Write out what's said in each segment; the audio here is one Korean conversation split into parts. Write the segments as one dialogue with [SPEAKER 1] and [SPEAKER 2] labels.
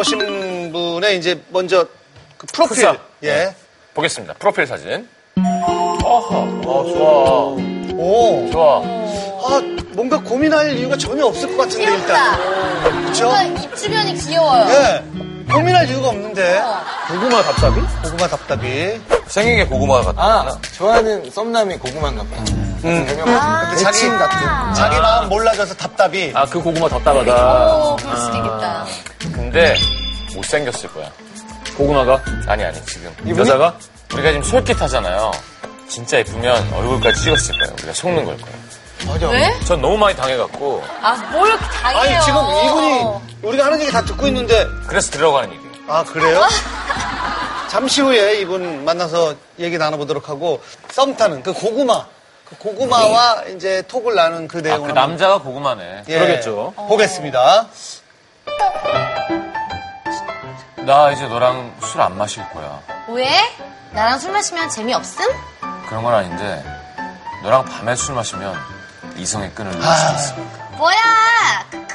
[SPEAKER 1] 올라오신 분의 이제 먼저 그 프로필.
[SPEAKER 2] 프사.
[SPEAKER 1] 예.
[SPEAKER 2] 보겠습니다. 프로필 사진. 어허. 어,
[SPEAKER 1] 오.
[SPEAKER 2] 좋아. 좋아.
[SPEAKER 1] 아, 뭔가 고민할 이유가 전혀 없을 것 같은데,
[SPEAKER 3] 귀엽다.
[SPEAKER 1] 일단. 그쵸?
[SPEAKER 3] 뭔가 입 주변이 귀여워요.
[SPEAKER 1] 예. 고민할 이유가 없는데.
[SPEAKER 2] 고구마 답답이?
[SPEAKER 1] 고구마 답답이.
[SPEAKER 2] 생긴 게 고구마 같다.
[SPEAKER 4] 아, 좋아하는 썸남이 고구마인가 봐. 음.
[SPEAKER 3] 아.
[SPEAKER 4] 자기 같은.
[SPEAKER 1] 자기 마음 몰라줘서 답답이.
[SPEAKER 2] 아, 그 고구마 답답하다.
[SPEAKER 3] 오, 그럴 수도
[SPEAKER 1] 아,
[SPEAKER 3] 있겠다.
[SPEAKER 2] 근데 못생겼을 거야. 고구마가? 아니, 아니, 지금. 여자가? 우리가 지금 솔깃하잖아요. 진짜 예쁘면 얼굴까지 찍었을 거예요. 우리가 속는 걸 거예요.
[SPEAKER 3] 왜?
[SPEAKER 2] 전 너무 많이 당해갖고
[SPEAKER 3] 아, 뭘 이렇게 당해요.
[SPEAKER 1] 아니, 지금 이분이 우리가 하는 얘기 다 듣고 있는데.
[SPEAKER 2] 그래서 들어가는 얘기예요.
[SPEAKER 1] 아, 그래요? 잠시 후에 이분 만나서 얘기 나눠보도록 하고, 썸 타는 그 고구마. 그 고구마와 이제 톡을 나눈 그
[SPEAKER 2] 네. 아,
[SPEAKER 1] 내용을.
[SPEAKER 2] 그 남자가 고구마네.
[SPEAKER 1] 예,
[SPEAKER 2] 그러겠죠.
[SPEAKER 1] 보겠습니다.
[SPEAKER 2] 나 이제 너랑 술 안 마실 거야.
[SPEAKER 3] 왜? 나랑 술 마시면 재미없음?
[SPEAKER 2] 그런 건 아닌데 너랑 밤에 술 마시면 이성의 끈을 놓을 수 있어.
[SPEAKER 3] 뭐야!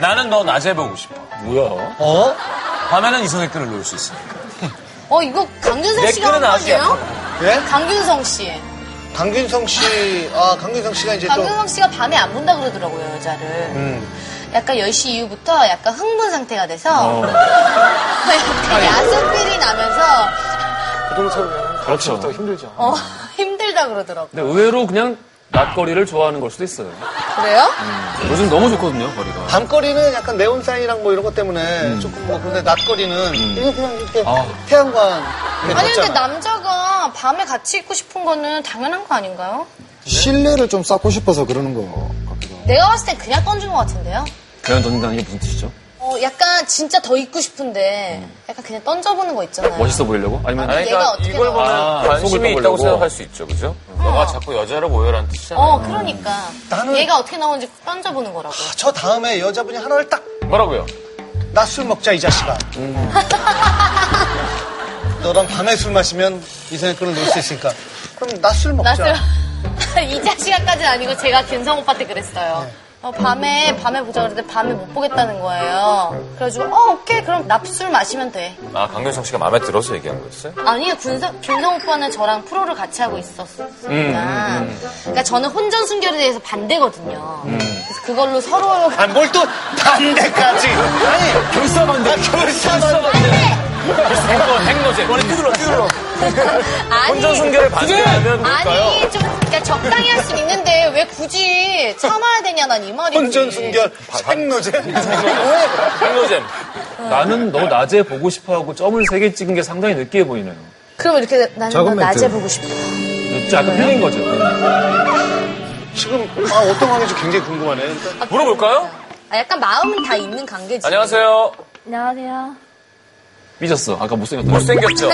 [SPEAKER 2] 나는 너 낮에 보고 싶어. 뭐야?
[SPEAKER 1] 어?
[SPEAKER 2] 밤에는 이성의 끈을 놓을 수 있어.
[SPEAKER 3] 어, 이거 강균성
[SPEAKER 2] 내
[SPEAKER 3] 씨가 한
[SPEAKER 2] 끈은
[SPEAKER 3] 거예요?
[SPEAKER 1] 예?
[SPEAKER 3] 강균성 씨.
[SPEAKER 1] 강균성 씨, 아, 강균성 씨가 이제 또. 음.
[SPEAKER 3] 강균성 씨가 밤에 안 본다 그러더라고요, 여자를. 약간 10시 이후부터 약간 흥분 상태가 돼서
[SPEAKER 1] 어.
[SPEAKER 3] 약간 야수필이 나면서
[SPEAKER 4] 고동처럼
[SPEAKER 5] 그렇죠.
[SPEAKER 4] 더 힘들죠.
[SPEAKER 3] 어, 힘들다 그러더라고.
[SPEAKER 5] 근데 의외로 그냥 낮거리를 좋아하는 걸 수도 있어요.
[SPEAKER 3] 그래요?
[SPEAKER 5] 요즘 너무 좋거든요, 거리가.
[SPEAKER 1] 밤거리는 약간 네온사인이랑 뭐 이런 것 때문에
[SPEAKER 6] 음.
[SPEAKER 1] 조금 뭐, 근데 낮거리는 이게 그냥 이렇게
[SPEAKER 5] 아.
[SPEAKER 1] 태양광. 이렇게
[SPEAKER 3] 아니 근데
[SPEAKER 1] 걷잖아.
[SPEAKER 3] 남자가 밤에 같이 있고 싶은 거는 당연한 거 아닌가요?
[SPEAKER 6] 신뢰를 좀 쌓고 싶어서 그러는 거 같기도 하고.
[SPEAKER 3] 내가 봤을 땐 그냥 던진 것 같은데요?
[SPEAKER 5] 그냥 던진다는 게 무슨 뜻이죠? 음.
[SPEAKER 3] 어, 약간 진짜 더 있고 싶은데 약간 그냥 던져보는 거 있잖아요.
[SPEAKER 5] 멋있어 보이려고? 아니면
[SPEAKER 2] 아니,
[SPEAKER 3] 얘가
[SPEAKER 2] 그러니까
[SPEAKER 3] 어떻게
[SPEAKER 2] 이걸 보면
[SPEAKER 5] 나와? 아, 속을
[SPEAKER 2] 관심이 있다고
[SPEAKER 5] 떠보려고.
[SPEAKER 2] 생각할 수 있죠, 그죠? 너가 자꾸 여자로 모여라는 뜻이잖아요.
[SPEAKER 3] 어, 그러니까.
[SPEAKER 1] 나는-
[SPEAKER 3] 얘가 어떻게 나오는지 던져보는 거라고.
[SPEAKER 1] 저 다음에 여자분이 하나를 딱,
[SPEAKER 2] 뭐라고요?
[SPEAKER 1] 나 술 먹자, 이 자식아.
[SPEAKER 3] 음.
[SPEAKER 1] 너랑 밤에 술 마시면 이성의 끈을 놓을 수 있으니까. 그럼 나 술 먹자.
[SPEAKER 3] 나술 이 자식아까지는 아니고 제가 균성 오빠한테
[SPEAKER 1] 네.
[SPEAKER 3] 그랬어요. 어, 밤에 밤에 보자 그랬는데 밤에 못 보겠다는 거예요. 그래가지고 어 오케이 그럼 납술 마시면 돼.
[SPEAKER 2] 아, 강균성 씨가 마음에 들어서 얘기한 거였어요?
[SPEAKER 3] 아니요, 군성, 균성 오빠는 저랑 프로를 같이 하고 있었으니까. 그러니까 저는 혼전 순결에 대해서 반대거든요. 그래서 그걸로 서로.
[SPEAKER 1] 아, 뭘 또 반대까지. 아니,
[SPEAKER 5] 결사반대.
[SPEAKER 1] 나 결사만.
[SPEAKER 2] 행거, 행거제. 머리 뚜들러, 뚜들러.
[SPEAKER 3] 아니,
[SPEAKER 2] 혼전 순결을 반대하면 뭘까요?
[SPEAKER 3] 아니, 좀, 그러니까 적당히 할 수 있는데 왜 굳이 참아야 되냐, 난 이 말이지.
[SPEAKER 1] 혼전 순결,
[SPEAKER 6] 음.
[SPEAKER 1] 생노제.
[SPEAKER 2] 행거제.
[SPEAKER 5] 나는 너 낮에 보고 싶어하고 점을 세 개 찍은 게 상당히 늦게 보이네요.
[SPEAKER 3] 그럼 이렇게 나는 너
[SPEAKER 6] 작은
[SPEAKER 3] 낮에
[SPEAKER 6] 멘트.
[SPEAKER 3] 보고 싶어.
[SPEAKER 5] 약간 흘린 거죠.
[SPEAKER 1] 지금, 아, 어떤 관계인지 굉장히 궁금하네. 일단
[SPEAKER 2] 물어볼까요?
[SPEAKER 3] 아, 약간 마음은 다 있는 관계지.
[SPEAKER 2] 안녕하세요.
[SPEAKER 7] 안녕하세요.
[SPEAKER 5] 삐졌어. 아까 못생겼다.
[SPEAKER 2] 못생겼죠?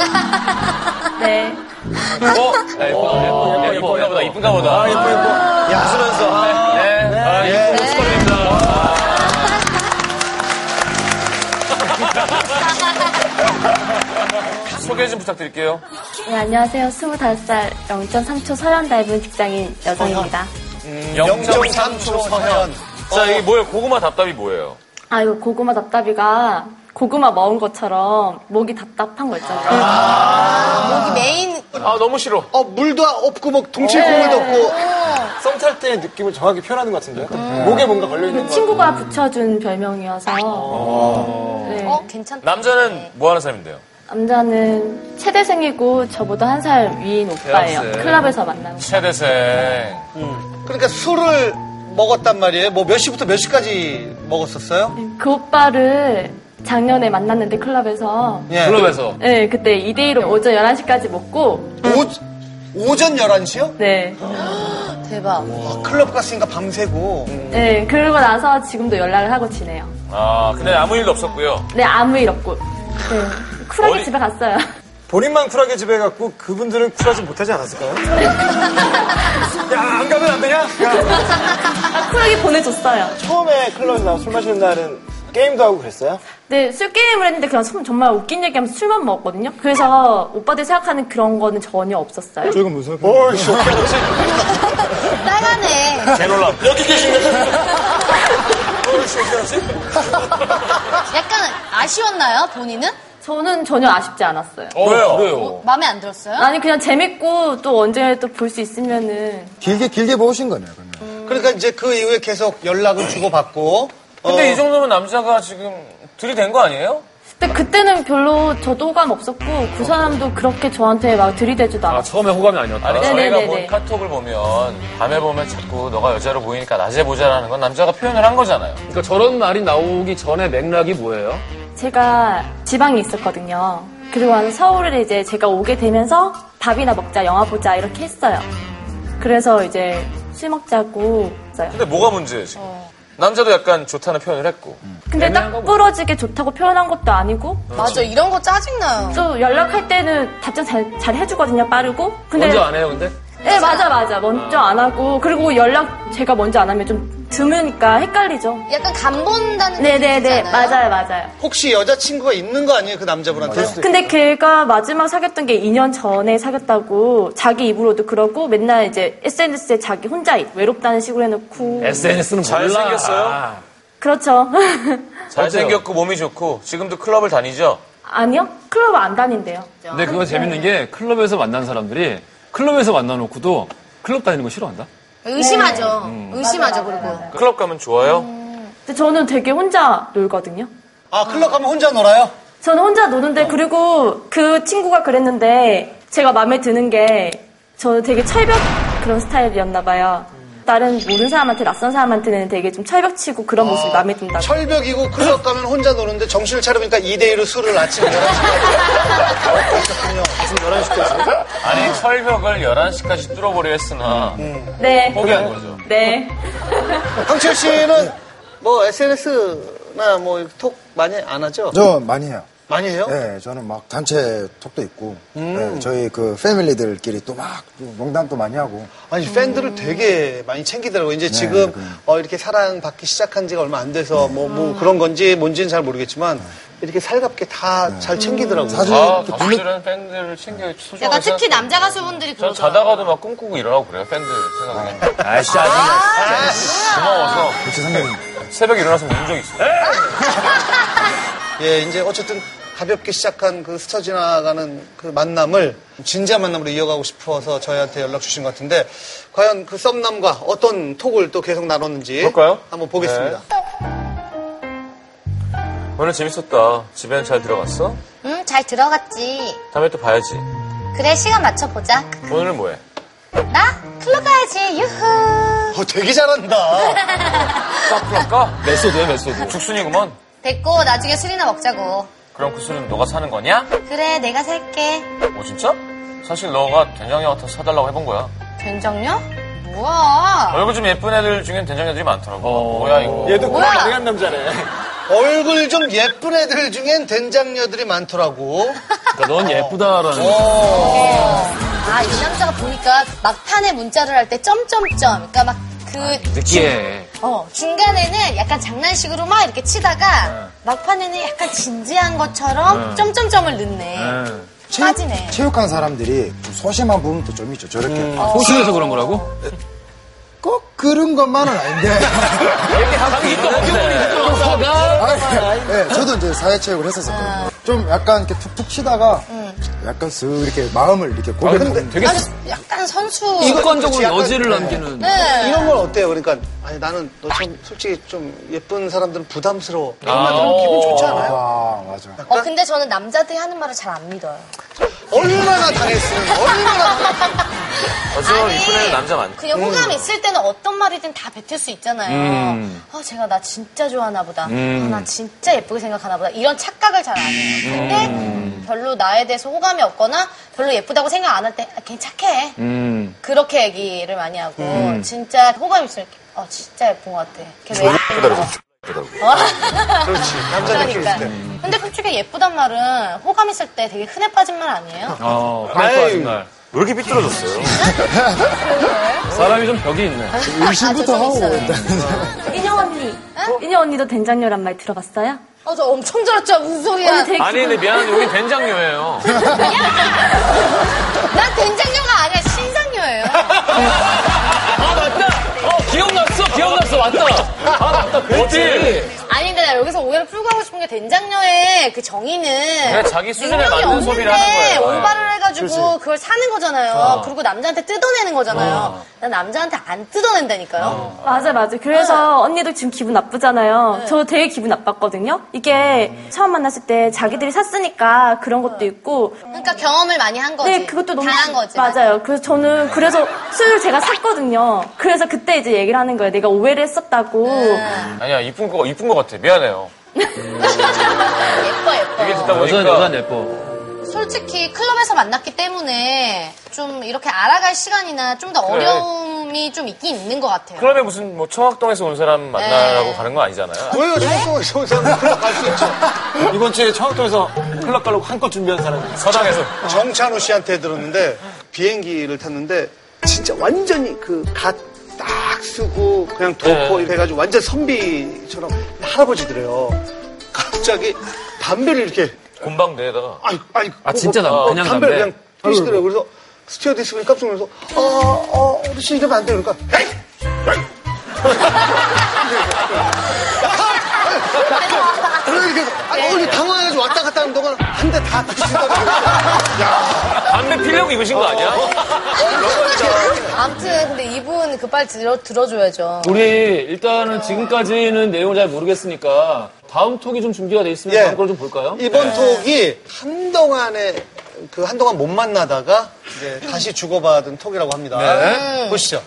[SPEAKER 7] 네.
[SPEAKER 2] 어? 야, 예쁘다, 예쁘다. 예쁜가 보다, 이쁜가 보다. 아, 예뻐, 예뻐.
[SPEAKER 1] 웃으면서.
[SPEAKER 2] 네. 아, 예쁜 모습입니다. 소개 좀 부탁드릴게요.
[SPEAKER 7] 네, 안녕하세요. 25살 0.3초 서현 닮은 직장인 여성입니다.
[SPEAKER 1] 0.3초 서현.
[SPEAKER 2] 자, 이게 뭐예요? 고구마 답답이 뭐예요?
[SPEAKER 7] 아, 이거 고구마 답답이가 고구마 먹은 것처럼 목이 답답한 거 있잖아요.
[SPEAKER 3] 여기 메인,
[SPEAKER 2] 아, 너무 싫어.
[SPEAKER 1] 어, 물도 없고, 뭐, 동칠 국물도 없고.
[SPEAKER 4] 썸 탈 때 느낌을 정확히 표현하는 것 같은데요? 목에 뭔가 걸려있는 거.
[SPEAKER 7] 그 친구가 붙여준 별명이어서.
[SPEAKER 2] 아.
[SPEAKER 7] 네.
[SPEAKER 3] 어, 괜찮다.
[SPEAKER 2] 남자는 뭐 하는 사람인데요?
[SPEAKER 7] 남자는 체대생이고 저보다 한 살 위인 오빠예요.
[SPEAKER 2] 대학생.
[SPEAKER 7] 클럽에서 만나고.
[SPEAKER 2] 최대생.
[SPEAKER 1] 그러니까 술을 먹었단 말이에요. 뭐, 몇 시부터 몇 시까지 먹었었어요?
[SPEAKER 7] 그 오빠를 작년에 만났는데 클럽에서.
[SPEAKER 1] 예.
[SPEAKER 5] 클럽에서.
[SPEAKER 7] 네, 그때 2대2로 오전 11시까지 먹고.
[SPEAKER 1] 오, 오전 11시요?
[SPEAKER 7] 네.
[SPEAKER 3] 대박.
[SPEAKER 1] 아, 클럽 갔으니까 밤새고.
[SPEAKER 7] 네, 그러고 나서 지금도 연락을 하고 지내요.
[SPEAKER 2] 아, 근데 아무 일도 없었고요.
[SPEAKER 7] 네, 아무 일 없고. 네. 쿨하게
[SPEAKER 2] 어리-
[SPEAKER 7] 집에 갔어요.
[SPEAKER 4] 본인만 쿨하게 집에 갔고 그분들은 쿨하지 못하지 않았을까요? 야, 안 가면 안 되냐? 야,
[SPEAKER 7] 아, 쿨하게 보내줬어요.
[SPEAKER 4] 처음에 클럽에서 나와 술 마시는 날은 게임도 하고 그랬어요?
[SPEAKER 7] 네, 술게임을 했는데 그냥 참- 정말 웃긴 얘기 하면서 술만 먹었거든요. 그래서 오빠들 이 생각하는 그런 거는 전혀 없었어요.
[SPEAKER 6] 조금 무서워. 음.
[SPEAKER 4] 뭘 쇼케
[SPEAKER 3] 따가네.
[SPEAKER 2] 제놀람. 여기 계십니다.
[SPEAKER 4] 서울 씨 어떻게 하지?
[SPEAKER 3] 약간 아쉬웠나요, 본인은?
[SPEAKER 7] 저는 전혀 아쉽지 않았어요.
[SPEAKER 5] 어,
[SPEAKER 4] 왜요?
[SPEAKER 5] 그래요.
[SPEAKER 3] 마음에 안 들었어요?
[SPEAKER 7] 아니 그냥 재밌고 또 언제 또 볼 수 있으면은
[SPEAKER 6] 길게 길게 보신 거네요. 그러면.
[SPEAKER 1] 그러니까 이제 그 이후에 계속 연락을 주고받고.
[SPEAKER 2] 근데
[SPEAKER 1] 어,
[SPEAKER 2] 이 정도면 남자가 지금 들이댄 거 아니에요?
[SPEAKER 7] 근데 그때는 별로 저도 호감 없었고 그 사람도 그렇게 저한테 막 들이대지도
[SPEAKER 5] 아,
[SPEAKER 7] 않았어요.
[SPEAKER 5] 처음에 호감이 아니었다.
[SPEAKER 2] 아니
[SPEAKER 7] 네,
[SPEAKER 2] 저희가
[SPEAKER 7] 네, 네,
[SPEAKER 2] 본
[SPEAKER 7] 네.
[SPEAKER 2] 카톡을 보면 밤에 보면 자꾸 너가 여자로 보이니까 낮에 보자라는 건 남자가 표현을 한 거잖아요.
[SPEAKER 5] 그러니까 저런 말이 나오기 전에 맥락이 뭐예요?
[SPEAKER 7] 제가 지방에 있었거든요. 그리고 와서 서울을 이제 제가 오게 되면서 밥이나 먹자, 영화 보자 이렇게 했어요. 그래서 이제 술 먹자고 했어요.
[SPEAKER 2] 근데 뭐가 문제예요 지금? 남자도 약간 좋다는 표현을 했고
[SPEAKER 7] 근데
[SPEAKER 5] 애매한
[SPEAKER 7] 딱 부러지게 좋다고 표현한 것도 아니고
[SPEAKER 3] 맞아, 이런 거 짜증나요.
[SPEAKER 7] 또 연락할 때는 답장 잘, 잘 해주거든요, 빠르고. 근데
[SPEAKER 5] 먼저 안 해요, 근데?
[SPEAKER 7] 네, 맞아, 맞아. 먼저 안 하고 그리고 연락 제가 먼저 안 하면 좀 드무니까 헷갈리죠.
[SPEAKER 3] 약간 간 본다는
[SPEAKER 7] 네네네,
[SPEAKER 3] 느낌이잖아요.
[SPEAKER 7] 맞아요, 맞아요.
[SPEAKER 1] 혹시 여자친구가 있는 거 아니에요? 그 남자분한테?
[SPEAKER 7] 근데 걔가 마지막 사귀었던 게 2년 전에 사귀었다고 자기 입으로도 그러고 맨날 이제 SNS에 자기 혼자 외롭다는 식으로 해놓고
[SPEAKER 5] SNS는 몰라.
[SPEAKER 2] 잘생겼어요?
[SPEAKER 5] 아,
[SPEAKER 7] 그렇죠.
[SPEAKER 2] 잘생겼고 몸이 좋고 지금도 클럽을 다니죠?
[SPEAKER 7] 아니요? 클럽 안 다닌대요.
[SPEAKER 5] 근데 그거 재밌는 게 클럽에서 만난 사람들이 클럽에서 만나놓고도 클럽 다니는 거 싫어한다? 네.
[SPEAKER 3] 의심하죠.
[SPEAKER 5] 음,
[SPEAKER 3] 의심하죠, 그리고.
[SPEAKER 2] 클럽 가면 좋아요?
[SPEAKER 7] 근데 저는 되게 혼자 놀거든요.
[SPEAKER 1] 아, 클럽 가면 혼자 놀아요?
[SPEAKER 7] 저는 혼자
[SPEAKER 2] 어.
[SPEAKER 7] 노는데 그리고 그 친구가 그랬는데 제가 마음에 드는 게 저는 되게 철벽 그런 스타일이었나 봐요. 다른 모르는 사람한테 낯선 사람한테는 되게 좀 철벽치고 그런
[SPEAKER 2] 아,
[SPEAKER 7] 모습이 마음에 든다고.
[SPEAKER 1] 철벽이고 클럽 가면 혼자 노는데 정신을 차려보니까 2대1로 술을 아침 11시까지.
[SPEAKER 2] 아니 철벽을 11시까지 뚫어보려 했으나 음.
[SPEAKER 7] 네.
[SPEAKER 2] 포기한 거죠.
[SPEAKER 7] 네.
[SPEAKER 1] 황철 씨는 뭐 SNS나 뭐 톡 많이 안 하죠?
[SPEAKER 6] 저 많이 해요.
[SPEAKER 1] 많이 해요?
[SPEAKER 6] 예, 저는 막 단체 톡도 있고,
[SPEAKER 4] 음.
[SPEAKER 6] 예, 저희 그 패밀리들끼리 또 막 농담도 많이 하고.
[SPEAKER 1] 아니 팬들을 되게 많이 챙기더라고요.
[SPEAKER 6] 네,
[SPEAKER 1] 이제 지금 어, 이렇게 사랑받기 시작한 지가 얼마 안 돼서 뭐,
[SPEAKER 7] 아.
[SPEAKER 1] 뭐 그런 건지 뭔지는 잘 모르겠지만 이렇게 살갑게 다 잘 챙기더라고요.
[SPEAKER 6] 네. 사실
[SPEAKER 2] 아
[SPEAKER 6] 그 블랙
[SPEAKER 2] 가수들은 팬들을 챙겨 소중하게
[SPEAKER 5] 어,
[SPEAKER 3] 약간 특히
[SPEAKER 2] 생각해요.
[SPEAKER 3] 남자 가수분들이
[SPEAKER 2] 전
[SPEAKER 3] 그러죠.
[SPEAKER 2] 자다가도 막 꿈꾸고 일어나고 그래요 팬들 생각에
[SPEAKER 5] 아이씨, 아줌마.
[SPEAKER 2] 고마워서
[SPEAKER 6] 그렇게 생각이
[SPEAKER 2] 아, 새벽에 일어나서 운 적 있어요.
[SPEAKER 1] 예, 이제 어쨌든 가볍게 시작한 그 스쳐 지나가는 그 만남을 진지한 만남으로 이어가고 싶어서 저희한테 연락 주신 것 같은데 과연 그 썸남과 어떤 톡을 또 계속 나눴는지
[SPEAKER 2] 볼까요? 네.
[SPEAKER 1] 한번 보겠습니다.
[SPEAKER 2] 오늘 재밌었다. 집에는 잘 들어갔어?
[SPEAKER 3] 음,
[SPEAKER 8] 응, 잘 들어갔지.
[SPEAKER 2] 다음에 또 봐야지.
[SPEAKER 8] 그래, 시간 맞춰보자.
[SPEAKER 2] 오늘은 뭐해?
[SPEAKER 8] 나? 클럽 가야지, 유후.
[SPEAKER 1] 어, 되게 잘한다.
[SPEAKER 2] 사쿠라까?
[SPEAKER 5] 메소드야, 메소드.
[SPEAKER 2] 죽순이구먼.
[SPEAKER 8] 됐고, 나중에 술이나 먹자고.
[SPEAKER 2] 그럼 그 술은 너가 사는 거냐?
[SPEAKER 8] 그래, 내가 살게.
[SPEAKER 2] 어 진짜? 사실 너가 된장이 같아서 사달라고 해본 거야.
[SPEAKER 3] 된장녀? 뭐야.
[SPEAKER 2] 얼굴 좀 예쁜 애들 중엔 된장녀들이 많더라고.
[SPEAKER 5] 어.
[SPEAKER 2] 뭐야 이거.
[SPEAKER 4] 얘도 꿈이 가능한 남자네.
[SPEAKER 1] 얼굴 좀 예쁜 애들 중엔 된장녀들이 많더라고.
[SPEAKER 5] 그러니까 넌 예쁘다라는.
[SPEAKER 3] 아, 이 남자가 보니까 막판에 문자를 할 때 점점점. 그러니까 막 그,
[SPEAKER 5] 아, 느끼해.
[SPEAKER 3] 어, 중간에는 약간 장난식으로 막 이렇게 치다가 막판에는 약간 진지한 것처럼 점점점을 넣네.
[SPEAKER 5] 응.
[SPEAKER 3] 빠지네.
[SPEAKER 6] 체육한 사람들이 좀 소심한 부분도 좀 있죠. 저렇게
[SPEAKER 5] 음.
[SPEAKER 6] 아,
[SPEAKER 5] 소심해서 그런 거라고?
[SPEAKER 6] 꼭 그런 것만은 아닌데. 아니, 예, 저도 이제 사회체육을
[SPEAKER 7] 아.
[SPEAKER 6] 했었었거든요. 좀 약간 이렇게 툭툭 치다가
[SPEAKER 7] 음.
[SPEAKER 6] 약간 슥 이렇게 마음을 이렇게 고개
[SPEAKER 1] 근데
[SPEAKER 6] 놓는
[SPEAKER 5] 되게
[SPEAKER 3] 아주 약간 선수.
[SPEAKER 5] 습관적으로
[SPEAKER 1] 약간- 네.
[SPEAKER 5] 여지를 남기는.
[SPEAKER 1] 이런 건 어때요? 그러니까 아니 나는 너 참 솔직히 좀 예쁜 사람들은 부담스러워. 이런 말 들으면 기분 좋지 않아요?
[SPEAKER 6] 아, 맞아.
[SPEAKER 3] 어, 근데 저는 남자들이 하는 말을 잘 안 믿어요.
[SPEAKER 1] 얼마나 당했으면 얼마나
[SPEAKER 2] 아. 어쩌면 이쁜 애들 남자 많.
[SPEAKER 3] 그냥 호감이 있을 때는 어떤 말이든 다 뱉을 수 있잖아요.
[SPEAKER 5] 음.
[SPEAKER 3] 아, 제가 나 진짜 좋아하나 보다. 아, 나 진짜 예쁘게 생각하나 보다. 이런 착각을 잘 안 해요. 근데 별로 나에 대해서 호감이 없거나 별로 예쁘다고 생각 안 할 때, 아, 괜찮게.
[SPEAKER 5] 음.
[SPEAKER 3] 그렇게 얘기를 많이 하고, 진짜 호감 있으면 이렇게, 어, 진짜 예쁜 것 같아. 이렇게 왜
[SPEAKER 1] 그렇지 남자들 키울
[SPEAKER 3] 그러니까.
[SPEAKER 1] 때.
[SPEAKER 3] 근데 솔직히 예쁘단 말은 호감 있을 때 되게 흔해 빠진 말 아니에요?
[SPEAKER 5] 어, 그럴 거 날.
[SPEAKER 2] 왜 이렇게 삐뚤어졌어요?
[SPEAKER 5] 사람이 좀 벽이 있네.
[SPEAKER 6] 의심부터
[SPEAKER 3] 아, 저좀
[SPEAKER 6] 하고
[SPEAKER 3] 있어요.
[SPEAKER 6] 일단.
[SPEAKER 7] 인형 언니. 인형 언니도 된장녀란 말 들어봤어요?
[SPEAKER 3] 어, 저 엄청 잘했죠. 무슨
[SPEAKER 7] 언니
[SPEAKER 3] 소리야.
[SPEAKER 7] 되게
[SPEAKER 2] 아니 근데 미안한데 여기 된장녀예요.
[SPEAKER 3] 난 된장녀가 아니라 신상녀예요.
[SPEAKER 5] 아, 맞다! 어, 기억났어, 기억났어. 맞다. 아, 맞다. 그렇지.
[SPEAKER 3] 아니 근데 나 여기서 오해를 풀고 하고 싶은 게 된장녀의 그 정의는
[SPEAKER 2] 그냥 자기 수준에
[SPEAKER 3] 능력이
[SPEAKER 2] 맞는
[SPEAKER 3] 없는데
[SPEAKER 2] 소비를 하는 거예요. 네. 어.
[SPEAKER 3] 올바를 해가지고 그걸 사는 거잖아요. 그리고 남자한테 뜯어내는 거잖아요. 난 남자한테 안 뜯어낸다니까요.
[SPEAKER 7] 맞아, 맞아. 그래서
[SPEAKER 3] 어.
[SPEAKER 7] 언니도 지금 기분 나쁘잖아요.
[SPEAKER 3] 네.
[SPEAKER 7] 저 되게 기분 나빴거든요. 이게 처음 만났을 때 자기들이 샀으니까 그런 것도 있고.
[SPEAKER 3] 어. 그러니까 경험을 많이 한 거지.
[SPEAKER 7] 네, 그것도 너무.
[SPEAKER 3] 당한 거지.
[SPEAKER 7] 맞아요. 그래서 저는 그래서 술 제가 샀거든요. 그래서 그때 이제 얘기를 하는 거예요. 내가 오해를 했었다고.
[SPEAKER 3] 네.
[SPEAKER 2] 아니야, 이쁜 거, 이쁜 거 같아. 미안해요.
[SPEAKER 3] 예뻐 예뻐.
[SPEAKER 2] 얘기 듣다 보니까.
[SPEAKER 5] 여자는 여자는 예뻐.
[SPEAKER 3] 솔직히 클럽에서 만났기 때문에 좀 이렇게 알아갈 시간이나 좀 더
[SPEAKER 2] 그래.
[SPEAKER 3] 어려움이 좀 있긴 있는 것 같아요.
[SPEAKER 2] 클럽에 무슨 뭐 청학동에서 온 사람 만나라고
[SPEAKER 3] 네.
[SPEAKER 2] 가는 건 아니잖아요.
[SPEAKER 1] 왜요? 청학동에 좋은 사람 갈수 있죠.
[SPEAKER 4] 이번 주에 청학동에서 클럽 가려고 한껏 준비한 사람이
[SPEAKER 2] 서당에서.
[SPEAKER 1] 아. 정찬우 씨한테 들었는데 비행기를 탔는데 진짜 완전히 그 그갓딱 쓰고 그냥 덮고
[SPEAKER 5] 네.
[SPEAKER 1] 이렇게 해가지고 완전 선비처럼 할아버지들이에요. 갑자기 담배를 이렇게
[SPEAKER 2] 곰방대에다가.
[SPEAKER 1] 아니 아니
[SPEAKER 5] 아, 진짜 담배, 그냥
[SPEAKER 1] 담배를 그냥
[SPEAKER 5] 담배.
[SPEAKER 1] 피시더라고 그래서 스튜어디스 가 깜짝 놀라서 아, 어, 어르신 이러면 안 돼요. 그러니까 에이! 그래서 이렇게 아, 어, 당황해가지고 왔다 갔다 하는 동안 한 대 다 피시다가
[SPEAKER 2] 담배 피려고 입으신 거 아니야?
[SPEAKER 3] 아무튼 근데 이분 그 빨 들어 들어줘야죠.
[SPEAKER 5] 우리 일단은 지금까지는 내용을 잘 모르겠으니까 다음 톡이 좀 준비가 돼 있으면
[SPEAKER 1] 예.
[SPEAKER 5] 다음 걸 좀 볼까요?
[SPEAKER 1] 이번 톡이 한동안에 그 한동안 못 만나다가 이제 다시 주고받은 톡이라고 합니다. 보시죠.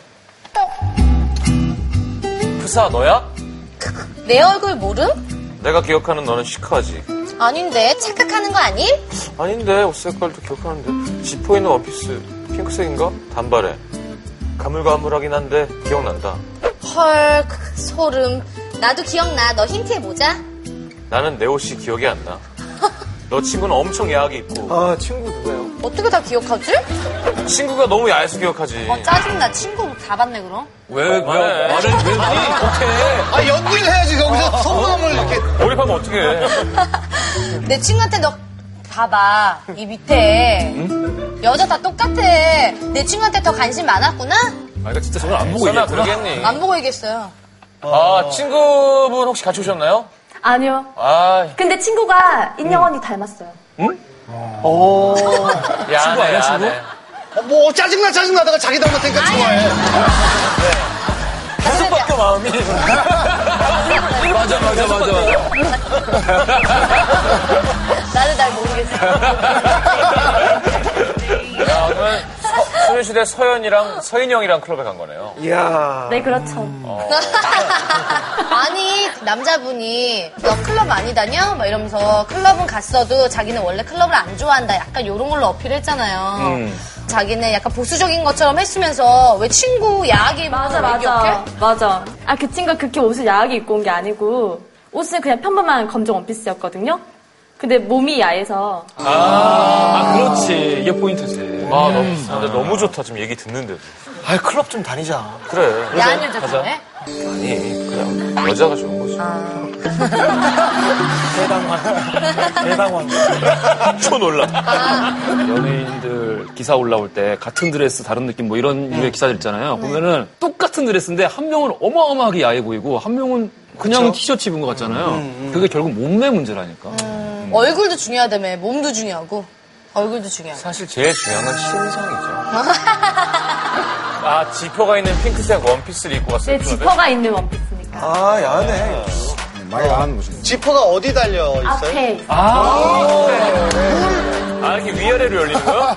[SPEAKER 2] 프사 너야?
[SPEAKER 3] 내 얼굴 모름?
[SPEAKER 2] 내가 기억하는 너는 시크하지.
[SPEAKER 3] 아닌데 착각하는 거 아님?
[SPEAKER 2] 아닌데 옷 색깔도 기억하는데 지퍼 있는 원피스 핑크색인가? 단발에 가물가물하긴 한데 기억난다.
[SPEAKER 3] 헐 크, 소름. 나도 기억나. 너 힌트 해보자.
[SPEAKER 2] 나는 내 옷이 기억이 안 나. 너 친구는 엄청 야하게 입고
[SPEAKER 4] 아 친구 누구예요?
[SPEAKER 3] 어떻게 다 기억하지?
[SPEAKER 2] 친구가 너무 야해서 기억하지.
[SPEAKER 3] 어, 짜증나. 친구 다 봤네 그럼.
[SPEAKER 5] 왜, 뭐,
[SPEAKER 2] 네.
[SPEAKER 5] 말을, 왜, 말을
[SPEAKER 2] 못해.
[SPEAKER 1] 아, 연기를 해야지. 거기서 성공함을 이렇게.
[SPEAKER 2] 몰입하면 어떡해.
[SPEAKER 3] 내 친구한테 너 봐봐 이 밑에 여자 다 똑같아 내 친구한테 더 관심 많았구나
[SPEAKER 5] 아, 이거 진짜 저걸 안 보고
[SPEAKER 2] 설마
[SPEAKER 5] 얘기했구나.
[SPEAKER 2] 그러겠니?
[SPEAKER 3] 안 보고 얘기했어요
[SPEAKER 2] 아, 친구분 혹시 같이 오셨나요?
[SPEAKER 7] 아니요.
[SPEAKER 2] 아,
[SPEAKER 7] 근데 친구가 인형
[SPEAKER 2] 음.
[SPEAKER 7] 언니 닮았어요.
[SPEAKER 2] 야,
[SPEAKER 5] 친구 아니야, 친구?
[SPEAKER 1] 어, 뭐, 짜증나, 짜증나다가 자기 닮았으니까 좋아해.
[SPEAKER 2] 계속
[SPEAKER 5] 그
[SPEAKER 2] 바뀌어, 마음이. 맞아, 맞아, 맞아, 맞아.
[SPEAKER 3] 나는 잘 모르겠어
[SPEAKER 2] 야, 그러면 서- 소녀시대 서현이랑 서인영이랑 클럽에 간 거네요.
[SPEAKER 5] 예.
[SPEAKER 4] 이야
[SPEAKER 7] 네, 그렇죠.
[SPEAKER 3] 아니 남자분이 너 클럽 많이 다녀? 막 이러면서 클럽은 갔어도 자기는 원래 클럽을 안 좋아한다 약간 요런 걸로 어필했잖아요
[SPEAKER 4] 음.
[SPEAKER 3] 자기는 약간 보수적인 것처럼 했으면서 왜 친구 뭐 야하게 입는
[SPEAKER 7] 맞아,
[SPEAKER 3] 걸왜
[SPEAKER 7] 맞아.
[SPEAKER 3] 기억해?
[SPEAKER 7] 맞아. 아, 그 친구가 그렇게 옷을 야하게 입고 온 게 아니고, 옷은 그냥 평범한 검정 원피스였거든요? 근데 몸이 야해서.
[SPEAKER 5] 아, 그렇지. 이게 포인트지.
[SPEAKER 2] 아, 너무, 근데 너무 좋다, 지금 얘기 듣는데도.
[SPEAKER 4] 아 클럽 좀 다니자
[SPEAKER 2] 그래.
[SPEAKER 3] 야한 여자 좋아해?
[SPEAKER 2] 아니, 그냥 여자가 좋은 거지.
[SPEAKER 4] 대당왕
[SPEAKER 2] 초 놀라.
[SPEAKER 5] 연예인들 기사 올라올 때 같은 드레스 다른 느낌 뭐 이런 유의 기사들 있잖아요. 보면은 똑같은 드레스인데 한 명은 어마어마하게 야해 보이고 한 명은 그냥 티셔츠 입은 것
[SPEAKER 2] 음,
[SPEAKER 5] 같잖아요. 그게 결국 몸매 문제라니까.
[SPEAKER 3] 음. 얼굴도 중요하다며 몸도 중요하고 얼굴도 중요하고
[SPEAKER 2] 사실 제일 중요한 건 신상이죠. 아, 지퍼가 있는 핑크색 원피스를 입고
[SPEAKER 7] 내
[SPEAKER 2] 갔어요. 클럽에?
[SPEAKER 7] 지퍼가 있는 원피스니까.
[SPEAKER 4] 아 야하네
[SPEAKER 6] 많이 아는 곳이네.
[SPEAKER 1] 지퍼가 어디 달려 있어요?
[SPEAKER 7] 앞에.
[SPEAKER 2] 아, 이렇게 위아래로 열리는 거야?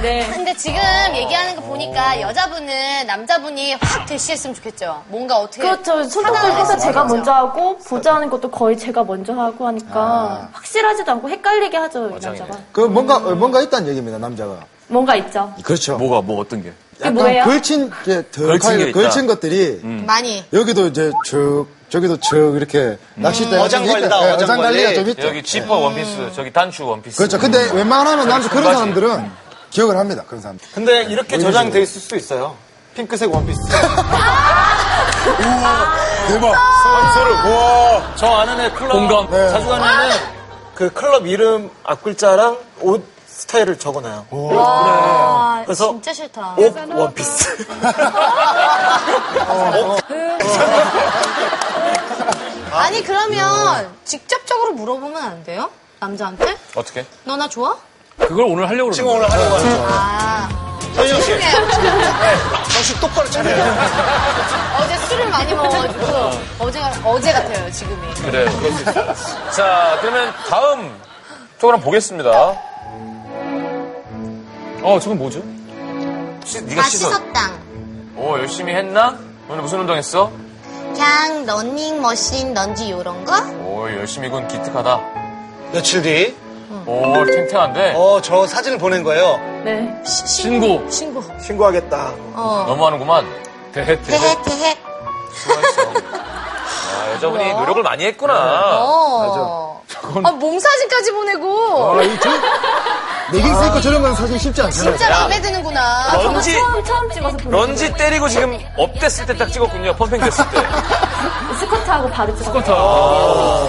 [SPEAKER 7] 네.
[SPEAKER 3] 근데 지금 얘기하는 거
[SPEAKER 4] 어.
[SPEAKER 3] 보니까 여자분은 남자분이 확 대시했으면 좋겠죠. 뭔가 어떻게
[SPEAKER 7] 그렇죠. 손톱을 항상 제가 먼저 하고, 보자는 것도 거의 제가 먼저 하고 하니까, 확실하지도 않고 헷갈리게 하죠, 이 남자가.
[SPEAKER 6] 그 뭔가 어, 뭔가 있다는 얘기입니다 남자가.
[SPEAKER 7] 뭔가 있죠.
[SPEAKER 6] 그렇죠.
[SPEAKER 5] 뭐가 뭐 어떤 게?
[SPEAKER 7] 그게 뭐예요?
[SPEAKER 6] 걸친
[SPEAKER 2] 걸친
[SPEAKER 6] 게
[SPEAKER 2] 게
[SPEAKER 6] 덜하게
[SPEAKER 2] 있다.
[SPEAKER 6] 걸친 것들이
[SPEAKER 3] 많이
[SPEAKER 6] 여기도 이제 쭉 저기도 쭉 이렇게 낚싯대
[SPEAKER 1] 어장 관리다, 어장
[SPEAKER 6] 어장 관리가
[SPEAKER 1] 관리.
[SPEAKER 6] 좀 있죠.
[SPEAKER 2] 네, 여기 지퍼 원피스, 저기 단추 원피스. 음,
[SPEAKER 6] 네. 그렇죠. 근데 웬만하면 남자 그런
[SPEAKER 2] 바지.
[SPEAKER 6] 사람들은 기억을 합니다. 그런 사람. 들
[SPEAKER 4] 근데 이렇게 저장돼 있을 수도 있어요 핑크색 원피스
[SPEAKER 6] 대박.
[SPEAKER 4] 소를 우와 저 아는 애 클럽
[SPEAKER 5] 공감.
[SPEAKER 4] 네. 자주 가는 애는 그 클럽 이름 앞글자랑 옷 스타일을 적어놔요
[SPEAKER 3] 아,
[SPEAKER 4] 그래서-
[SPEAKER 3] 진짜 싫다.
[SPEAKER 4] 옷 원피스
[SPEAKER 1] 어,
[SPEAKER 3] 아니 그러면 직접적으로 물어보면 안 돼요? 남자한테?
[SPEAKER 2] 어떻게?
[SPEAKER 3] 너 나 좋아?
[SPEAKER 5] 그걸 오늘 하려고
[SPEAKER 1] 지금
[SPEAKER 5] 그러는
[SPEAKER 1] 오늘 하려고 하는 거.
[SPEAKER 3] 아
[SPEAKER 1] 현영 씨,
[SPEAKER 3] 그래요.
[SPEAKER 1] 정신 똑바로 차려요.
[SPEAKER 3] 어제 술을 많이 먹어가지고 어제가 어제 같아요 지금이.
[SPEAKER 2] 그래요. 그럴 수 있어요. 자, 그러면 다음 쪽으로 한번 보겠습니다.
[SPEAKER 5] 어, 저건 뭐죠?
[SPEAKER 2] 시,
[SPEAKER 3] 아,
[SPEAKER 2] 네가 씻어.
[SPEAKER 8] 맛있었당.
[SPEAKER 2] 오, 열심히 했나? 오늘 무슨 운동했어?
[SPEAKER 8] 그냥 러닝머신 런지 요런 거?
[SPEAKER 2] 오, 열심히군 기특하다.
[SPEAKER 1] 며칠 뒤,
[SPEAKER 2] 오, 탱탱한데?
[SPEAKER 1] 어, 저 사진을 보낸 거예요.
[SPEAKER 7] 네.
[SPEAKER 5] 신고.
[SPEAKER 3] 신고.
[SPEAKER 4] 신고하겠다.
[SPEAKER 3] 어.
[SPEAKER 2] 너무 하는구만.
[SPEAKER 5] 대해, 대해.
[SPEAKER 8] 헤헤 헤헤.
[SPEAKER 2] 아, 여자분이 노력을 많이 했구나.
[SPEAKER 3] 어. 아, 몸사진까지
[SPEAKER 6] 아,
[SPEAKER 3] 보내고.
[SPEAKER 6] 내긴 쓰니까 저런 건 사실 쉽지 않잖아요.
[SPEAKER 3] 진짜 마음에 드는구나.
[SPEAKER 2] 런지,
[SPEAKER 7] 처음, 처음 찍어서 보는
[SPEAKER 2] 런지 때리고 지금 업됐을 때 딱 찍었군요. 펌핑 됐을 때.
[SPEAKER 7] 거예요. 스쿼트하고 바로 찍어서.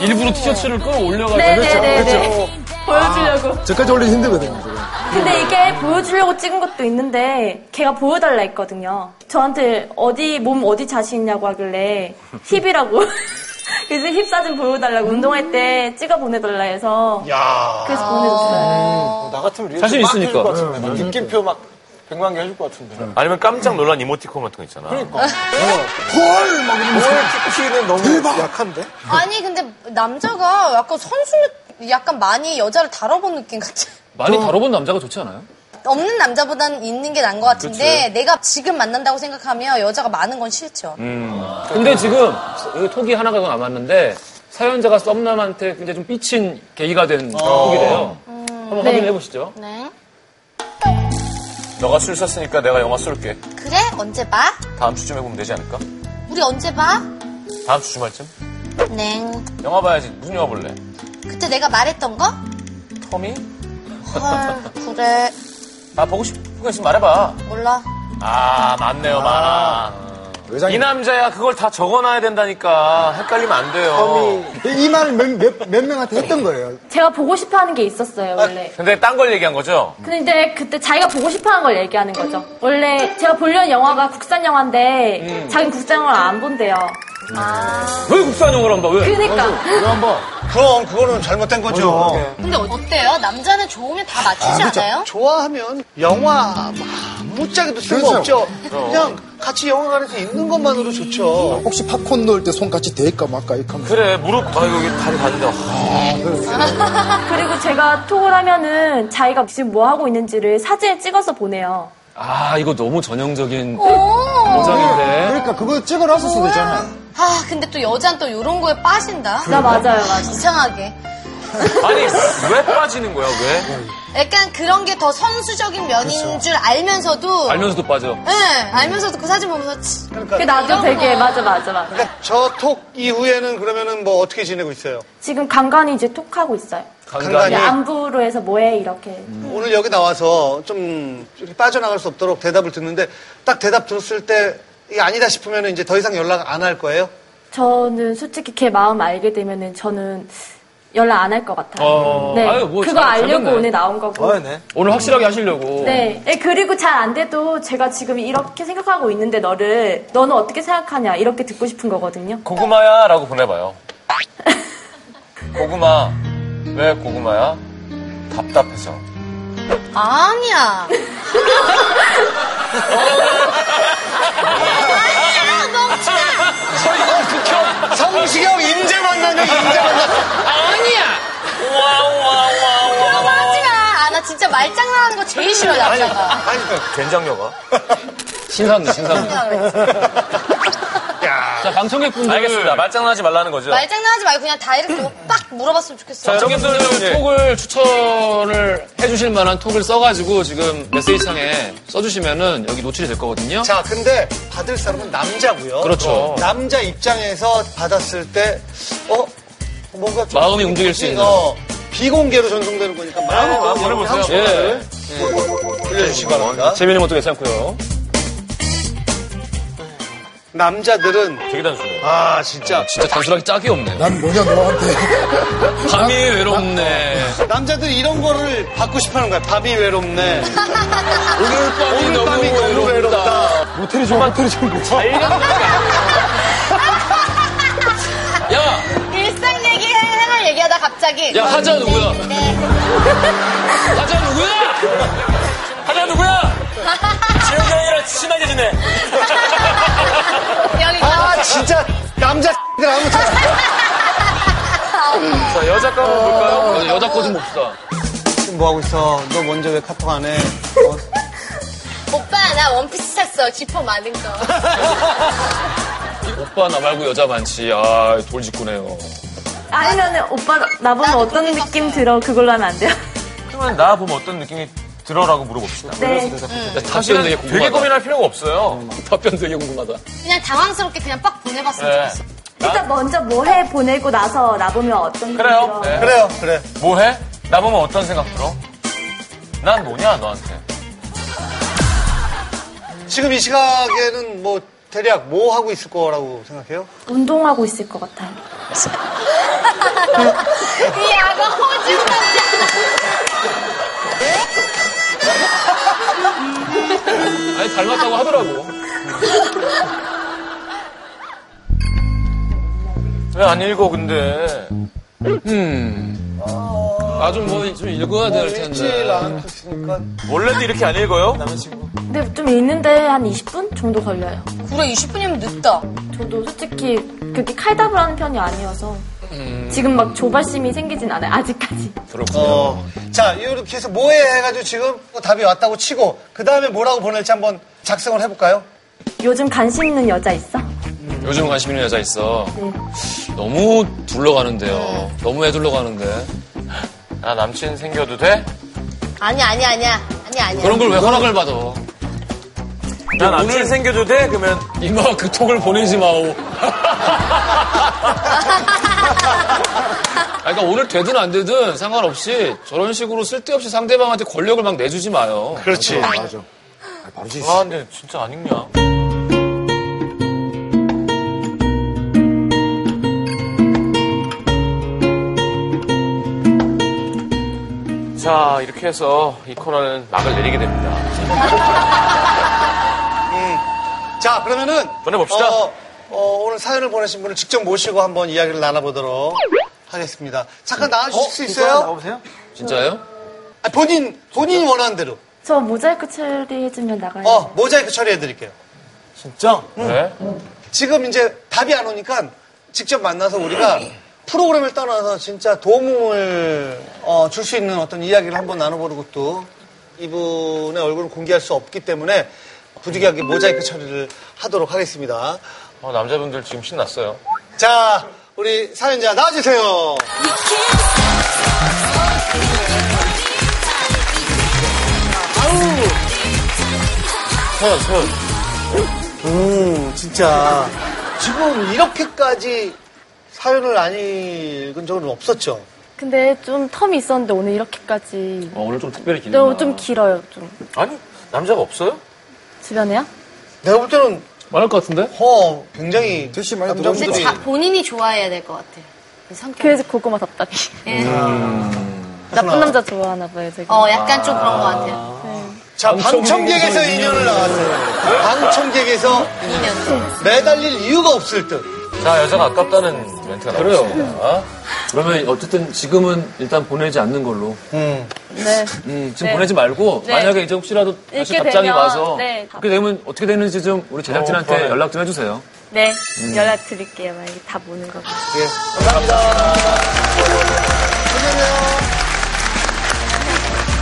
[SPEAKER 5] 일부러 티셔츠를 끌어올려가지고.
[SPEAKER 7] 네. 네네네네. 보여주려고.
[SPEAKER 6] 저까지 올리기 힘들거든요. 저거.
[SPEAKER 7] 근데 이게 보여주려고 찍은 것도 있는데 걔가 보여달라 했거든요. 저한테 어디 몸 어디 자신 있냐고 하길래 힙이라고. 그래서 힙 사진 보여달라고 운동할 때 찍어 보내달라 해서
[SPEAKER 1] 야
[SPEAKER 7] 그래서 보내줬어요.
[SPEAKER 5] 아.
[SPEAKER 4] 나 같으면 리액션
[SPEAKER 5] 자신
[SPEAKER 4] 막
[SPEAKER 5] 있으니까.
[SPEAKER 4] 해줄 것 같은데. 음. 막 네. 느낌표 막 100만 개 해줄 것 같은데.
[SPEAKER 2] 아니면 깜짝 놀란 이모티콘 같은 거 있잖아.
[SPEAKER 6] 헐! 막
[SPEAKER 4] 뭘
[SPEAKER 6] 이러면서.
[SPEAKER 4] 네, 키키는 너무 약한데?
[SPEAKER 3] 아니, 근데 남자가 약간 선수, 느- 약간 많이 여자를 다뤄본 느낌 같아.
[SPEAKER 5] 많이 다뤄본 남자가 좋지 않아요?
[SPEAKER 3] 없는 남자보다는 있는 게 나은 것 같은데 내가 지금 만난다고 생각하면 여자가 많은 건 싫죠.
[SPEAKER 5] 근데 지금 여기 톡이 하나가 더 남았는데 사연자가 썸남한테 굉장히 좀 삐친 계기가 된 톡이래요. 한번 확인해 보시죠.
[SPEAKER 3] 네.
[SPEAKER 2] 너가 술 쐈으니까 내가 영화 쏠게.
[SPEAKER 8] 그래? 언제 봐?
[SPEAKER 2] 다음 주쯤에 보면 되지 않을까?
[SPEAKER 8] 우리 언제 봐?
[SPEAKER 2] 다음 주 주말쯤?
[SPEAKER 3] 네.
[SPEAKER 8] 냉.
[SPEAKER 2] 영화 봐야지. 무슨 영화 볼래?
[SPEAKER 8] 그때 내가 말했던 거?
[SPEAKER 2] 터미?
[SPEAKER 8] 헐, 그래.
[SPEAKER 2] 아, 보고 싶은 거 있으면 말해봐.
[SPEAKER 8] 몰라.
[SPEAKER 2] 아, 많네요, 많아. 이
[SPEAKER 6] 외장인.
[SPEAKER 2] 남자야, 그걸 다 적어놔야 된다니까. 헷갈리면 안 돼요.
[SPEAKER 6] 어. 이 말을 몇, 몇, 몇 명한테 했던 거예요.
[SPEAKER 7] 제가 보고 싶어 하는 게 있었어요, 원래.
[SPEAKER 2] 근데 딴 걸 얘기한
[SPEAKER 5] 아.
[SPEAKER 2] 거죠?
[SPEAKER 7] 근데 이제 그때 자기가 보고 싶어 하는 걸 얘기하는 거죠. 원래 제가 보려는 영화가 국산 영화인데
[SPEAKER 5] 음.
[SPEAKER 7] 자기는 국산 영화를 안 본대요.
[SPEAKER 5] 왜 국산 영화를 한다? 왜?
[SPEAKER 7] 그러니까.
[SPEAKER 5] 어.
[SPEAKER 6] 이거 한번.
[SPEAKER 1] 그럼 그거는 잘못된 거죠.
[SPEAKER 3] 근데 어때요? 남자는 좋으면 다 맞추지 않아요?
[SPEAKER 1] 좋아하면 영화 막 무짝에도
[SPEAKER 6] 그렇죠.
[SPEAKER 1] 쓸모없죠. 그냥 같이 영화관에서 있는 것만으로 좋죠.
[SPEAKER 6] 혹시 팝콘 넣을 때 손 같이 대일까 말까 이렇게 하면.
[SPEAKER 2] 그래, 무릎, 아, 여기 다리 닿는다.
[SPEAKER 7] 그리고 제가 톡을 하면은 자기가 지금 뭐 하고 있는지를 사진을 찍어서 보내요.
[SPEAKER 5] 아 이거 너무 전형적인
[SPEAKER 3] 오.
[SPEAKER 5] 모장인데.
[SPEAKER 6] 그러니까 그거 찍으러 왔을 수도 있잖아요.
[SPEAKER 3] 아, 근데 또 여자는 또 이런 거에 빠진다.
[SPEAKER 7] 나 맞아요, 맞아.
[SPEAKER 3] 이상하게.
[SPEAKER 2] 아니, 왜 빠지는 거야, 왜?
[SPEAKER 3] 약간 그런 게 더 선수적인 면인 줄 알면서도.
[SPEAKER 5] 알면서도 빠져.
[SPEAKER 3] 예, 알면서도 그 사진 보면서 치,
[SPEAKER 7] 그 나도 되게 맞아, 맞아, 맞아.
[SPEAKER 1] 그러니까 저 톡 이후에는 그러면은 뭐 어떻게 지내고 있어요?
[SPEAKER 7] 지금 간간히 이제 톡 하고 있어요.
[SPEAKER 1] 간간히.
[SPEAKER 5] 간간히.
[SPEAKER 1] 네.
[SPEAKER 7] 그냥 안부로 해서 뭐해 이렇게.
[SPEAKER 1] 오늘 여기 나와서 좀 이렇게 빠져나갈 수 없도록 대답을 듣는데 딱 대답 들었을 때 이게 아니다 싶으면 이제 더 이상 연락 안 할 거예요?
[SPEAKER 7] 저는 솔직히 걔 마음 알게 되면은 저는 연락 안 할 것 같아요.
[SPEAKER 5] 어,
[SPEAKER 7] 네,
[SPEAKER 5] 아유, 뭐
[SPEAKER 7] 그거
[SPEAKER 5] 잘-
[SPEAKER 7] 알려고
[SPEAKER 5] 잘됐네.
[SPEAKER 7] 오늘 나온 거고.
[SPEAKER 4] 뭐야네?
[SPEAKER 5] 오늘 확실하게 하시려고.
[SPEAKER 7] 네. 예, 그리고 잘 안 돼도 제가 지금 이렇게 생각하고 있는데 너를 너는 어떻게 생각하냐 이렇게 듣고 싶은 거거든요.
[SPEAKER 2] 고구마야? 라고 보내봐요. 고구마. 왜 고구마야? 답답해서.
[SPEAKER 3] 아니야.
[SPEAKER 1] 성시경 인재 만나면 인재 만나.
[SPEAKER 2] 와와와와
[SPEAKER 3] 하지 마. 아, 나 진짜 말장난하는 거 제일 싫어, 남자가.
[SPEAKER 1] 아니,
[SPEAKER 2] 된장녀가?
[SPEAKER 5] 신사입니다, 신사입니다.
[SPEAKER 1] 야.
[SPEAKER 5] 자, 방청객분들.
[SPEAKER 2] 알겠습니다. 말장난하지 말라는 거죠.
[SPEAKER 3] 말장난하지 말고 그냥 다이렉트로 뭐 빡 물어봤으면 좋겠어.
[SPEAKER 5] 자,
[SPEAKER 3] 요
[SPEAKER 5] 여러분들
[SPEAKER 2] 예.
[SPEAKER 5] 톡을 추천을 해주실 만한 톡을 써가지고 지금 메시지창에 써주시면은 여기 노출이 될 거거든요.
[SPEAKER 1] 자, 근데 받을 사람은 남자고요.
[SPEAKER 5] 그렇죠.
[SPEAKER 1] 남자 입장에서 받았을 때, 어, 뭔가 좀
[SPEAKER 5] 마음이 움직일 수 있는.
[SPEAKER 1] 어, 비공개로 전송되는 거니까 마음껏
[SPEAKER 2] 마음
[SPEAKER 1] 여러분이
[SPEAKER 2] 보내보세요.
[SPEAKER 1] 하고 싶은
[SPEAKER 5] 예.
[SPEAKER 1] 말을 들려주시기 바랍니다.
[SPEAKER 5] 재미있는 것도 괜찮고요.
[SPEAKER 1] 남자들은
[SPEAKER 2] 되게 단순해.
[SPEAKER 1] 아 진짜
[SPEAKER 5] 진짜 단순하게 짝이 없네.
[SPEAKER 6] 난 뭐냐 너한테.
[SPEAKER 5] 밤이 외롭네.
[SPEAKER 1] 남자들이 이런 거를 받고 싶어하는 거야. 밤이 외롭네.
[SPEAKER 5] 아, 오늘 밤이
[SPEAKER 1] 오늘
[SPEAKER 5] 너무
[SPEAKER 1] 밤이 너무
[SPEAKER 5] 외롭다.
[SPEAKER 1] 외롭다.
[SPEAKER 6] 모텔이 좀 모텔이 좀.
[SPEAKER 2] 알겠다.
[SPEAKER 3] 갑자기. 네.
[SPEAKER 5] 야, 하자, 누구야? 하자 누구야? 하자 누구야?
[SPEAKER 2] 지영이 형이랑 친하게 지내.
[SPEAKER 3] 여기
[SPEAKER 1] 아, 진짜 남자들 아무 잘.
[SPEAKER 5] 자, 여자 거 한번 볼까요? 어, 여자 거 좀 봅시다.
[SPEAKER 1] 지금 뭐 하고 있어? 너 먼저 왜 카톡 안 해? 어,
[SPEAKER 3] 오빠 나 원피스 샀어. 지퍼 많은 거.
[SPEAKER 5] 오빠 나 말고 여자 많지. 아, 돌직구네요.
[SPEAKER 7] 아니면 오빠 나보면
[SPEAKER 3] 나도
[SPEAKER 7] 어떤
[SPEAKER 3] 그렇게
[SPEAKER 7] 느낌
[SPEAKER 3] 봤어요.
[SPEAKER 7] 들어 그걸로 하면 안 돼요?
[SPEAKER 2] 그러면 나 보면 어떤 느낌이 들어라고 물어봅시다.
[SPEAKER 7] 네.
[SPEAKER 5] 답변 되게 궁금하다.
[SPEAKER 2] 되게 고민할 필요가 없어요.
[SPEAKER 5] 답변 되게 궁금하다.
[SPEAKER 3] 그냥 당황스럽게 그냥 빡 보내봤으면
[SPEAKER 2] 네.
[SPEAKER 3] 좋겠어.
[SPEAKER 7] 일단 먼저 뭐 해 보내고 나서 나보면 어떤 느낌
[SPEAKER 2] 그래요.
[SPEAKER 7] 들어.
[SPEAKER 2] 네.
[SPEAKER 1] 그래요, 그래.
[SPEAKER 2] 뭐 해? 나 보면 어떤 생각 들어? 난 뭐냐, 너한테.
[SPEAKER 1] 지금 이 시각에는 뭐 대략 뭐 하고 있을 거라고 생각해요?
[SPEAKER 7] 운동하고 있을 것 같아요.
[SPEAKER 3] 이 악어 호주 남자.
[SPEAKER 5] 아니, 닮았다고 하더라고.
[SPEAKER 2] 왜 안 읽어, 근데.
[SPEAKER 5] 나 음. 좀 뭐 좀 읽어야 될 텐데.
[SPEAKER 1] 음. 않으니까
[SPEAKER 2] 원래도 이렇게 안 읽어요?
[SPEAKER 7] 근데 좀 읽는데 한 20분 정도 걸려요.
[SPEAKER 3] 그래 20분이면 늦다.
[SPEAKER 7] 저도 솔직히 그렇게 칼답을 하는 편이 아니어서 지금 막 조바심이 생기진 않아요. 아직까지.
[SPEAKER 1] 어. 자, 이렇게 해서 뭐해 해가지고 지금 뭐 답이 왔다고 치고 그 다음에 뭐라고 보낼지 한번 작성을 해볼까요?
[SPEAKER 7] 요즘 관심 있는 여자 있어?
[SPEAKER 5] 요즘 관심 있는 여자 있어. 너무 둘러가는데요. 너무 애둘러가는데.
[SPEAKER 2] 나 남친 생겨도 돼?
[SPEAKER 3] 아니 아니 아니야. 아니 아니야.
[SPEAKER 5] 그런 걸 왜 허락을 받아?
[SPEAKER 2] 나 남친 생겨도 돼? 그러면
[SPEAKER 5] 이마 그 톡을 보내지 마오. 아, 그러니까 오늘 되든 안 되든 상관없이 저런 식으로 쓸데없이 상대방한테 권력을 막 내주지 마요.
[SPEAKER 1] 그렇지.
[SPEAKER 2] 아 근데 진짜 안 읽냐? 자 이렇게 해서 이 코너는 막을 내리게 됩니다.
[SPEAKER 1] 자, 그러면은.
[SPEAKER 2] 보내봅시다.
[SPEAKER 1] 어, 어, 오늘 사연을 보내신 분을 직접 모시고 한번 이야기를 나눠보도록 하겠습니다. 잠깐 나와주실 수 있어요?
[SPEAKER 4] 나오세요?
[SPEAKER 5] 진짜요?
[SPEAKER 1] 아, 본인, 본인 원하는 대로.
[SPEAKER 7] 저 모자이크 처리해주면 나가요.
[SPEAKER 1] 어, 모자이크 처리해드릴게요.
[SPEAKER 4] 진짜?
[SPEAKER 2] 네?
[SPEAKER 1] 지금 이제 답이 안 오니까 직접 만나서 우리가 프로그램을 떠나서 진짜 도움을 줄 수 있는 어떤 이야기를 한번 나눠보는 것도 이분의 얼굴을 공개할 수 없기 때문에 부득이하게 모자이크 처리를 하도록 하겠습니다.
[SPEAKER 2] 어, 남자분들 지금 신났어요.
[SPEAKER 1] 자, 우리 사연자 나와주세요.
[SPEAKER 2] 서연 서연
[SPEAKER 1] 오, 진짜. 지금 이렇게까지 사연을 안 읽은 적은 없었죠?
[SPEAKER 7] 근데 좀 텀이 있었는데 오늘 이렇게까지.
[SPEAKER 5] 어, 오늘 좀 특별히 길다.
[SPEAKER 7] 좀, 네, 좀 길어요, 좀.
[SPEAKER 2] 아니 남자가 없어요?
[SPEAKER 7] 주변에요?
[SPEAKER 1] 내가 볼 때는,
[SPEAKER 5] 많을 것 같은데?
[SPEAKER 1] 허, 굉장히
[SPEAKER 6] 대신 많이
[SPEAKER 1] 감정들이
[SPEAKER 3] 근데 자, 본인이 좋아해야 될 것 같아. 이 성격.
[SPEAKER 7] 그래서 그거만 답답해. 나쁜 남자 좋아하나 봐요, 제가.
[SPEAKER 3] 어 약간 좀 그런 것 같아요.
[SPEAKER 1] 자, 방청객에서 인연을 나왔어요. 방청객에서 매달릴 이유가 없을 듯.
[SPEAKER 2] 자 여자가 아깝다는 멘트가
[SPEAKER 5] 그래요.
[SPEAKER 2] 나왔습니다.
[SPEAKER 5] 그러면 어쨌든 지금은 일단 보내지 않는 걸로.
[SPEAKER 7] 네.
[SPEAKER 5] 음, 지금
[SPEAKER 7] 네.
[SPEAKER 5] 보내지 말고
[SPEAKER 7] 네.
[SPEAKER 5] 만약에 이제 혹시라도 다시
[SPEAKER 7] 이렇게
[SPEAKER 5] 답장이
[SPEAKER 7] 되면,
[SPEAKER 5] 와서
[SPEAKER 7] 네.
[SPEAKER 5] 그렇게 되면 어떻게 되는지 좀 우리 제작진한테
[SPEAKER 2] 어, 좋아요.
[SPEAKER 5] 연락 좀 해주세요.
[SPEAKER 7] 네. 연락 드릴게요, 만약에 다 보는 거.
[SPEAKER 1] 예. 감사합니다.